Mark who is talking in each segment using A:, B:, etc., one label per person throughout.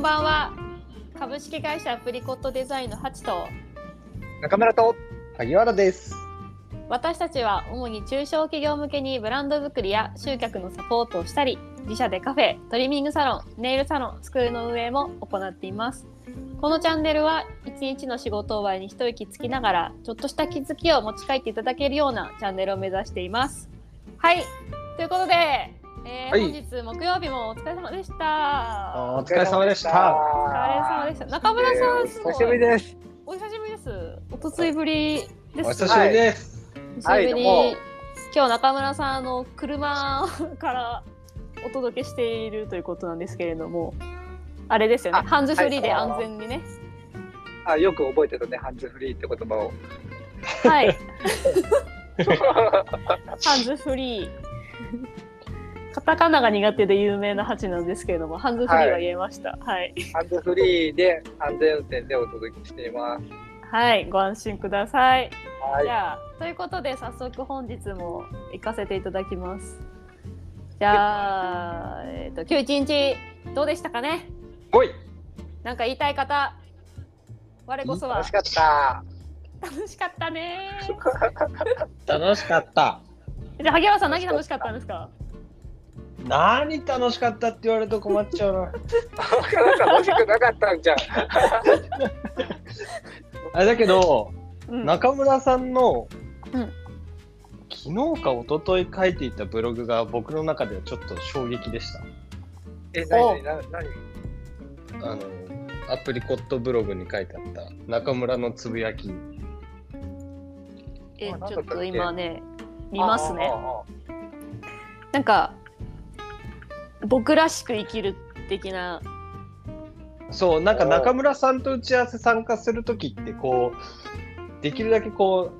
A: ばんは。株式会社プリコットデザインのハチと
B: 中村と
C: 萩原です。
A: 私たちは主に中小企業向けにブランド作りや集客のサポートをしたり自社でカフェトリミングサロンネイルサロンスクールの運営も行っていますこのチャンネルは一日の仕事終わりに一息つきながらちょっとした気づきを持ち帰っていただけるようなチャンネルを目指していますはいということで、えー
C: はい
A: 本日木曜日もお疲れ様でした
C: お疲れ様でした。
A: お疲れ様でした中村さんすご
B: お
A: い
B: 久しぶりです。
A: お久しぶりです。おとついぶりで
C: お
A: す。
C: 久しぶりです。
A: お久
B: は
A: し
B: い
A: ぶり。
B: どうも
A: 今日中村さんあの車からお届けしているということなんですけれども、あれですよね。
B: あ
A: ハンズフリーで
B: はいあー
A: 安全にね。
B: あ、よく覚えてるね、ハンズフリーって言葉 を。
A: はい。ハンズフリー。カタカナが苦手で有名なハチなんですけれども、ハンズフリーは言えました。はい。
B: ハンズフリーで安全運転でお届けしています。
A: はい、ご安心ください。
B: はい
A: じ。ゃあということで早速本日も行かせていただきます。じゃあ、えっと今日一日どうでしたかね
C: おい。
A: なんか言いたい方我こそは
B: 楽しかった。
A: 楽しかったね
C: 楽しかった。
A: じゃあ萩原さん何楽しかったんですか
C: 何楽しかったって言われると困っちゃうな。
B: なんか楽しくなかったんじゃん。
C: あれだけど、
A: うん
C: 中村さんの、
A: うん
C: 昨日か一昨日書いていたブログが僕の中ではちょっと衝撃でした。
B: え、なになになに
C: あのアプリコットブログに書いてあった中村のつぶやき。
A: え
B: あなんだっ
A: ち
B: た
A: ょ
B: っ
A: っ
B: け
A: と今ね見ますね
B: あ。ああ
A: なんか僕らしく生きる的な
C: そうなんか中村さんと打ち合わせ参加する時ってこうできるだけこ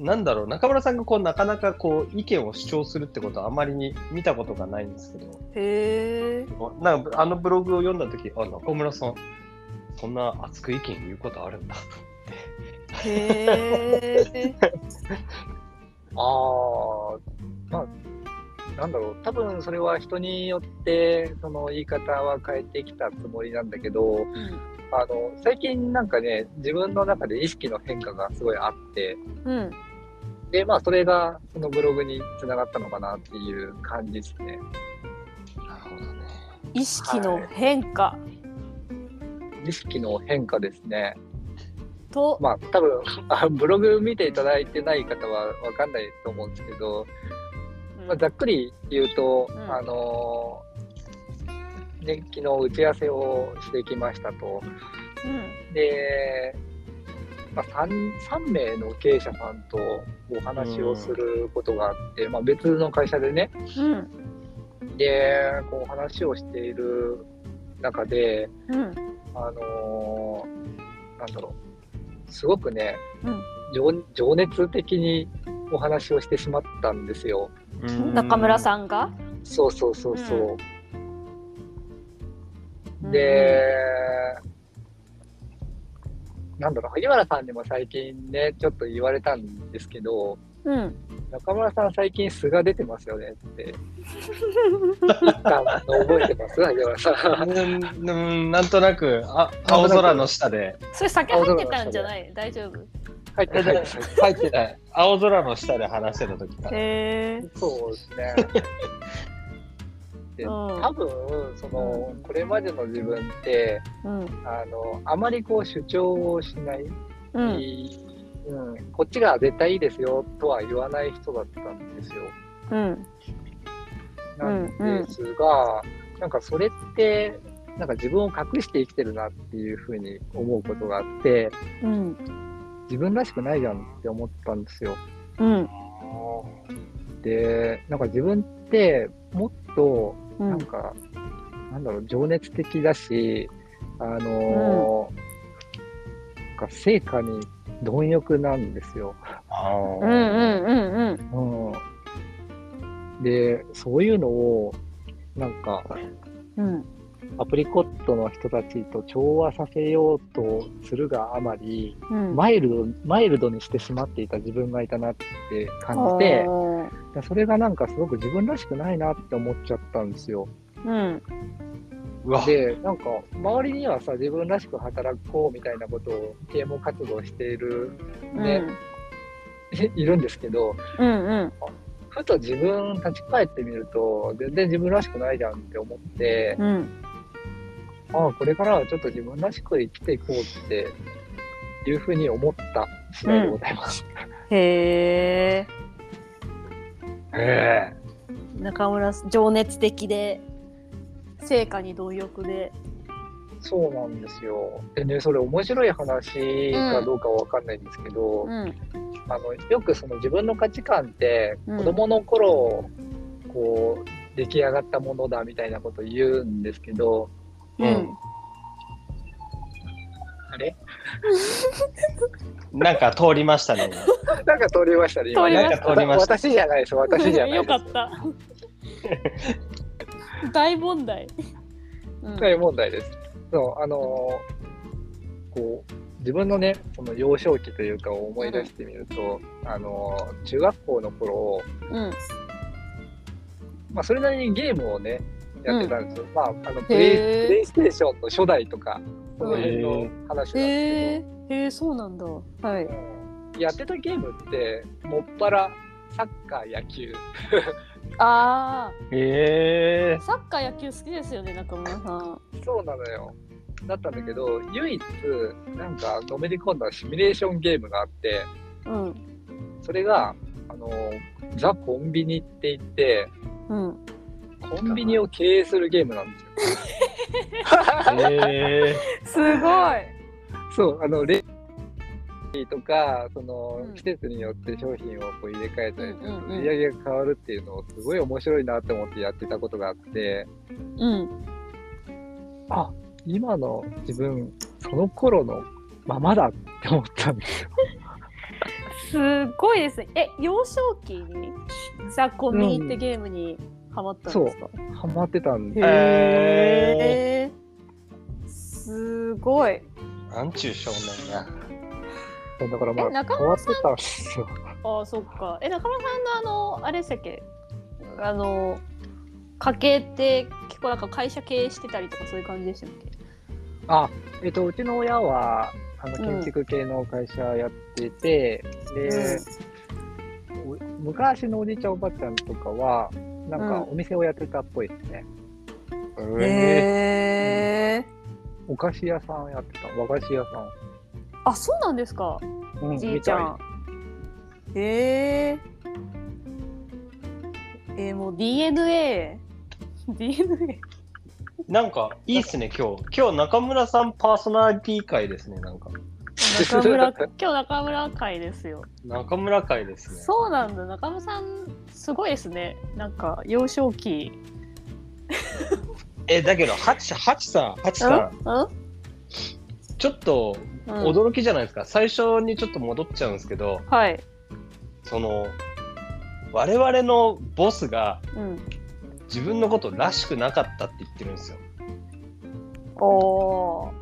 C: うなんだろう中村さんがこうなかなかこう意見を主張するってことはあまりに見たことがないんですけど
A: へえ
C: なんかあのブログを読んだ時あ中村さんそんな熱く意見言うことあるんだ
A: へえ
B: あーまあ、なんだろう、多分それは人によって、その言い方は変えてきたつもりなんだけど、あの、最近なんかね、自分の中で意識の変化がすごいあって、
A: うん
B: で、まあ、それが、そのブログにつながったのかなっていう感じですね。
C: なるほどね
A: 意識の変化
B: 意識の変化ですね。
A: と、
B: まあ、多分、あブログ見ていただいてない方はわかんないと思うんですけど、
A: うん
B: まあ、ざっくり言うと、
A: うん
B: あのー、ね、昨日打ち合わせをしてきましたと。
A: うん
B: で、まあ、3, 三名の経営者さんとお話をすることがあって、まあ、別の会社でね、
A: うん
B: で、こう話をしている中で、
A: うん
B: あのーなんだろう、すごくね、
A: うん
B: 情情熱的にお話をしてしまったんですよ。
A: 中村
C: ん
A: さんが
B: そうそうそうそう。
A: うん
B: で、なんだろう、萩原さんにも最近ね、ちょっと言われたんですけど、
A: うん
B: 中村さん最近素が出てますよね って、あの覚えてます萩原さん。
C: うんうんなんとなくあ青空の下で
A: それ酒入ってたんじゃない大丈夫
B: 入ってないです。
C: 入ってない青空の下で話してた時か
A: へえ
B: そうですね。で
A: うん
B: 多分そのこれまでの自分って
A: うん
B: あのあまりこう主張をしない
A: うん
B: うん、こっちが絶対いいですよとは言わない人だったんですよ。
A: うん
B: なんですが、なんかそれって、なんか自分を隠して生きてるなっていうふうに思うことがあって、
A: うん
B: 自分らしくないじゃんって思ったんですよ。
A: うん
B: で、なんか自分ってもっと、
A: う
B: なんんか、なんだろう、情熱的だし、あのーなんか成果に貪欲なんですよ。
C: あ
A: うんうんうん
C: ー
A: うん
B: うん、でそういうのをなんか
A: うん
B: アプリコットの人たちと調和させようとするがあまり
A: うん
B: マイルドマイルドにしてしまっていた自分がいたなって感じて
A: おー
B: でそれがなんかすごく自分らしくないなって思っちゃったんですよ。
A: うん
C: うわ、
B: でなんか周りにはさ自分らしく働こうみたいなことを啓蒙活動している、ね いいるんですけど
A: うんうん
B: ふと自分立ち返ってみると全然自分らしくないじゃんって思って、
A: うんうん
B: ああこれからはちょっと自分らしく生きていこうっていうふうに思った次第でございます。
A: へえ
C: ええ
A: 中村さん情熱的で成果に貪欲で
B: そうなんですよでねそれ面白い話かどうかは分かんないんですけど、
A: うん
B: あのよくその自分の価値観って
A: うん
B: 子供の頃、こう出来上がったものだみたいなこと言うんですけど
C: う
A: うんん
B: あれ
C: なんか通りましたね。
B: なんか通りましたね
A: 通りました
B: ね
C: なんか通りました
B: わ私じゃないです私じゃない
A: よ
B: です
A: か った。大問題。うん
B: 大問題ですそうあのーこう自分のねその幼少期というかを思い出してみると、あのー中学校の頃、
A: うん
B: まあ、それなりにゲームをねやってたんですよ、まああのプ
A: へ
B: レ
A: ー
B: イプレイステーションの初代とかその辺
C: へ
B: の
C: ー
B: 話なんですけど、
A: へえへえそうなんだ。はい。
B: やってたゲームってもっぱらサッカー野球
A: あ
C: ええ
A: あサッカー野球好きですよね中村さん。
B: そうなのよだったんだけど唯一なんかのめり込んだシミュレーションゲームがあって
A: うん
B: それがあのザ・コンビニって言って
A: うん。
B: コンビニを経営するゲームなんです よ
C: ええ
A: すごい。
B: そうあのレとかその
A: うん
B: 季節によって商品をこう入れ替えたりする
A: うんうん
B: と
A: うん
B: 売り上げが変わるっていうのをすごい面白いなって思ってやってたことがあって、
A: うん
B: あ今の自分その頃のままだって思ったんですよ。
A: すごいですね。え幼少期にザコンビニってゲームにハマったんですか。
B: ハマってたんで
A: へえ。すごい。
C: なんちゅう少年や。
B: すだからま
A: え
B: あ
A: 中
B: 変わ
A: 村
B: ってたんですよ。
A: ああそっかえ中村さんのあのあれでしたっけあの家計って結構なんか会社経営してたりとかそういう感じでしたっけ
B: あえっとうちの親はあの
A: うん
B: 建築系の会社やってて、で、お昔のおじいちゃんおばあちゃんとかはな
A: う
B: んか
A: ん
B: お店をやってたっぽいですね。
C: え
A: へえ
B: お菓子屋さんやってた和菓子屋さ
A: あそうなんですか
B: ん。うん
A: じいちゃんへええーもう DNA DNA
C: なんかいいっすね今日。今日中村さんパーソナリティ会ですねなんか。
A: 中村今日中村会ですよ
C: 中村会ですね。
A: そうなんだ中村さんすごいですねなんか幼少期
C: えだけどハチハチさんハチ
A: うん
C: さんちょっと
A: うんうん
C: 驚きじゃないですか。最初にちょっと戻っちゃうんですけど、
A: はい
C: その我々のボスが
A: うん
C: 自分のことらしくなかったって言ってるんですよ。
A: おお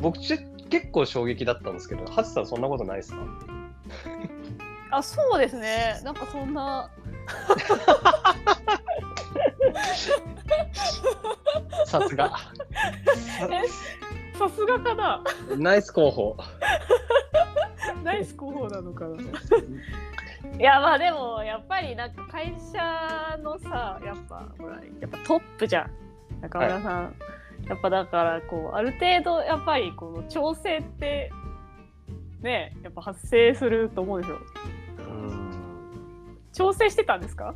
C: 僕ち結構衝撃だったんですけど、ハチさんそんなことないですか？
A: あそうですねなんかそんな
C: さす が。
A: さすがかな
C: ナイス候補。
A: ナイス候補なのか ないやまあでもやっぱりなんか会社のさやっぱほらやっぱトップじゃん中村さん、やっぱだからこうある程度やっぱりこの調整ってねやっぱ発生すると思うでしょ
C: うん
A: 調整してたんですか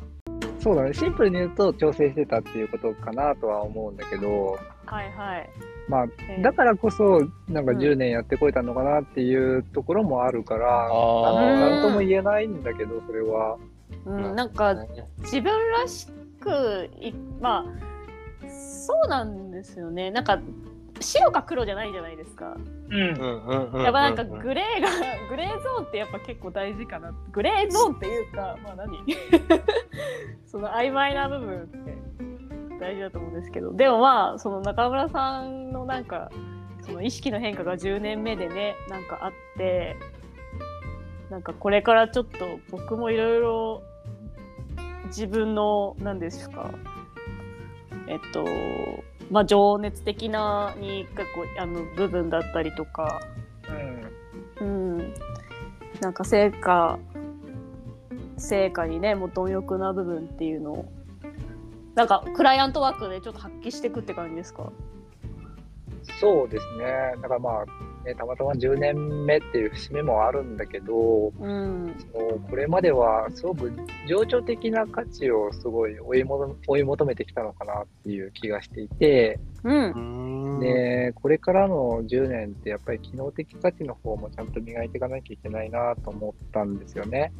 B: そうだね。シンプルに言うと調整してたっていうことかなとは思うんだけど、
A: はいはい
B: まあ
A: えー
B: だからこそなんか
A: うん
B: 10年やってこえたのかなっていうところもあるから、
C: あ
A: ー
B: なんとも言えないんだけどそれは、
A: うん、なんか自分らしくいまあそうなんですよねなんか白か黒じゃないじゃないですか
B: うん、
A: や
C: や
A: っぱなんかグレーが グレーゾーンってやっぱ結構大事かなグレーゾーンっていうかまあ何 その曖昧な部分って大事だと思うんですけどでもまあその中村さんのなんかその意識の変化が10年目でねなんかあってなんかこれからちょっと僕もいろいろ自分の何ですかえっとまあ、情熱的なに結構あの部分だったりとか、うん、なんか成果成果にねもう貪欲な部分っていうのをなんかクライアントワークでちょっと発揮していくって感じですか
B: そうですね。だからまあ、ね、たまたま10年目っていう節目もあるんだけ
A: う
B: ど、
A: ん
B: そのこれまではすごく情緒的な価値をすごい追い求追い求めてきたのかなっていう気がしていて、
A: うん
C: ね
B: でこれからの10年ってやっぱり機能的価値の方もちゃんと磨いていかなきゃいけないなと思ったんですよね。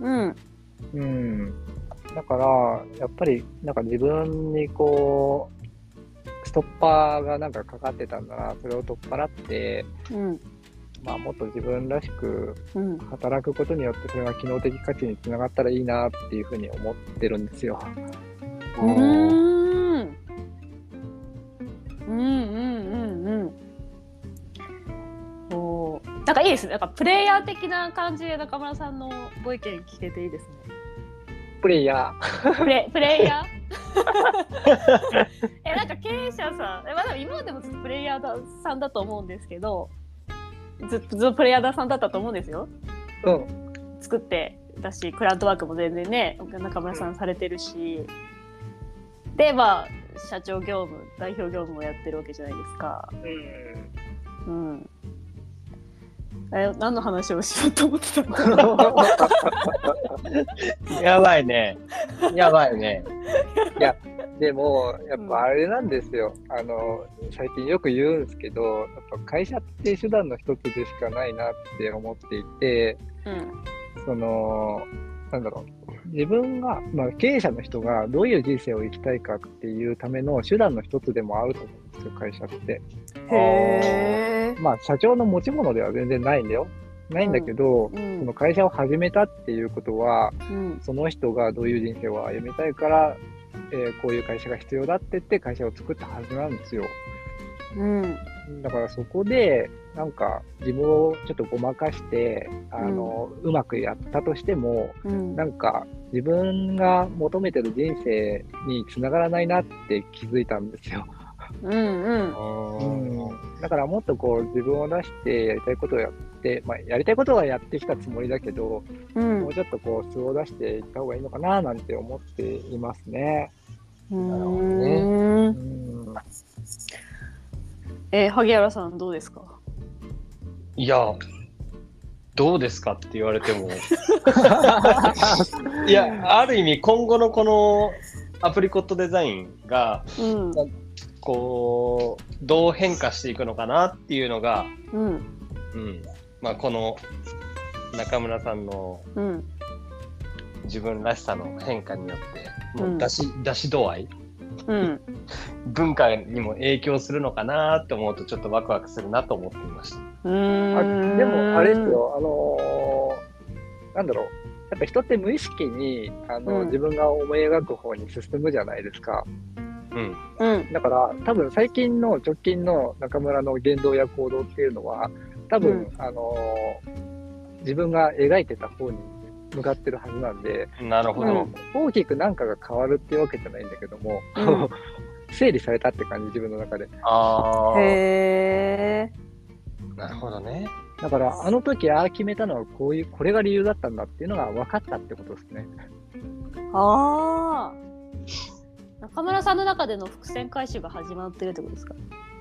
A: うん
B: うん、だからやっぱりなんか自分にこうストッパーがなんかかかってたんだなそれを取っ払って、
A: うん
B: まあ、もっと自分らしく
A: うん
B: 働くことによってそれが機能的価値につながったらいいなっていうふうに思ってるんですよ。
A: うーんうんうんうんうんおーなんかいいですねなんかプレイヤー的な感じで中村さんのご意見聞けていいですね
B: プレイヤ
A: プレプレイヤーえなんか経営者さんえ、まあ、でも今までもずっとプレイヤーさんだと思うんですけどずっとずっとプレイヤーさんだったと思うんですよ
B: ー、うん、
A: 作ってだしクラウドワークも全然ね中村さんされてるしでまあ社長業務代表業務もやってるわけじゃないですかうんえ何の話をしようと思ってたんだろう
C: やばいね。やばいね。
B: でもやっぱあれなんですよ、あの最近よく言うんですけどやっぱ会社って手段の一つでしかないなって思っていて
A: うん
B: そのなんだろう自分が、まあ、経営者の人がどういう人生を生きたいかっていうための手段の一つでもあると思うんですよ会社って。
A: へえ
B: まあ社長の持ち物では全然ないんだよないんだけど、
A: うん
B: その会社を始めたっていうことは
A: うん
B: その人がどういう人生を歩みたいから、えーこういう会社が必要だって言って会社を作ったはずなんですよ
A: うん
B: だからそこでなんか自分をちょっとごまかしてあの、うまくやったとしても
A: うん
B: なんか自分が求めてる人生につながらないなって気づいたんですよ、
A: うんうん
B: だからもっとこう自分を出してやりたいことをやって、まあ、やりたいことはやってきたつもりだけど、
A: うん
B: もうちょっとこう素を出していった方がいいのかななんて思っていますね。
A: うん
B: うん
A: え萩原さんどうですか
C: いや、どうですかって言われて も。いや、ある意味、今後のこのアプリコットデザインが、
A: うん
C: こう、どう変化していくのかなっていうのが、
A: うん
C: うん。まあ、この中村さんの
A: うん
C: 自分らしさの変化によって、
A: う
C: も
A: ん
C: う出し、出し度合い
A: うん
C: 文化にも影響するのかなと思うとちょっとワクワクするなと思っていました。
B: あ
A: うん
B: でもあれですよ、あのーなんだろう、やっぱ人って無意識にあの、
A: うん
B: 自分が思い描く方に進むじゃないですか。
C: うん。
A: うん
B: だから多分最近の直近の中村の言動や行動っていうのは、多分、あのー自分が描いてた方に向かってるはずなんで、
C: なるほ
B: あ
C: ど。
B: の大きく何かが変わるっていうわけじゃないんだけども、
A: う
B: 整理されたって感じ自分の中で
C: ああ。
A: へえ
C: なるほどね。
B: だからあの時ああ決めたのはこういうこれが理由だったんだっていうのが分かったってことですね
A: ああ中村さんの中での伏線回収が始まってるってことですか、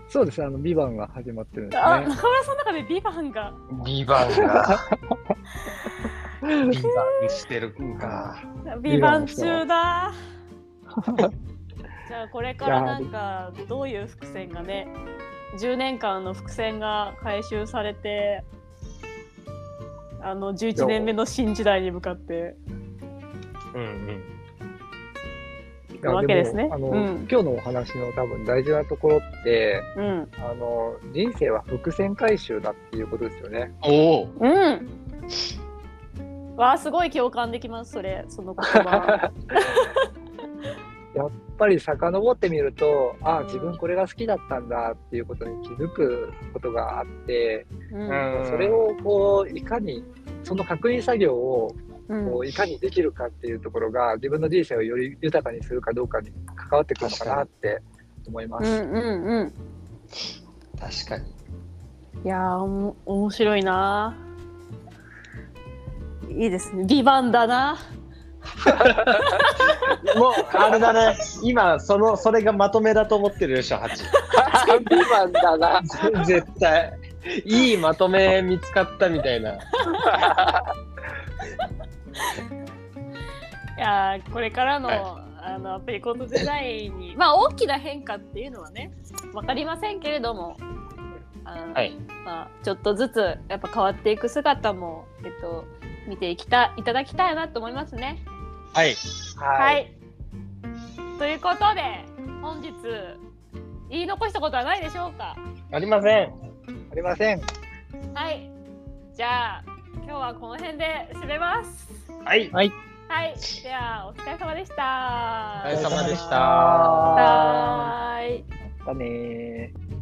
B: そうですあの「ビバンが始まってるんです
A: あ
B: ね
A: 中村さんの中でビバンが
C: ビバ ンが。ビバンしてるんか。
A: ビバン中だじゃあこれからなんかどういう伏線がね10年間の伏線が回収されてあの11年目の新時代に向かって
C: うん
A: い
B: い
A: く
B: や
A: わけですね
B: もあの、
A: うん
B: 今日のお話の多分大事なところって
A: うん
B: あの人生は伏線回収だっていうことですよね
C: うん。おお。
A: うんわあすごい共感できますそれその言葉
B: やっぱり遡ってみるとあ
A: う
B: あ
A: ん
B: 自分これが好きだったんだっていうことに気づくことがあって、
A: うん
B: それをこういかにその確認作業を
A: うん
B: こういかにできるかっていうところが自分の人生をより豊かにするかどうかに関わってくるのかなってと思いま
A: う
B: す。
A: んうんうん。
C: 確かに。
A: いやーおも面白いなー。いいですね。美版だな。
C: もう、あれだね。今、その、それがまとめだと思ってるでしょ、8。
B: ハッピーマンだな。
C: 絶対。いいまとめ見つかったみたいな。
A: いやーこれからの、
C: はい
A: あのアプリコントデザインにまあ大きな変化っていうのはねわかりませんけれども。あの
C: はい。
A: まあ、ちょっとずつやっぱ変わっていく姿も、えっと、見ていきたいただきたいなと思いますね。
C: はい。
A: はい、
B: はい。
A: ということで本日言い残したことはないでしょうか
C: ありません。
B: ありません。
A: はいじゃあ今日はこの辺で締めます。
C: はい。
A: はいではお疲れ様でした。
C: お疲れ様で
B: お疲れ
C: し。
B: 様でした
A: はーい
B: だねー。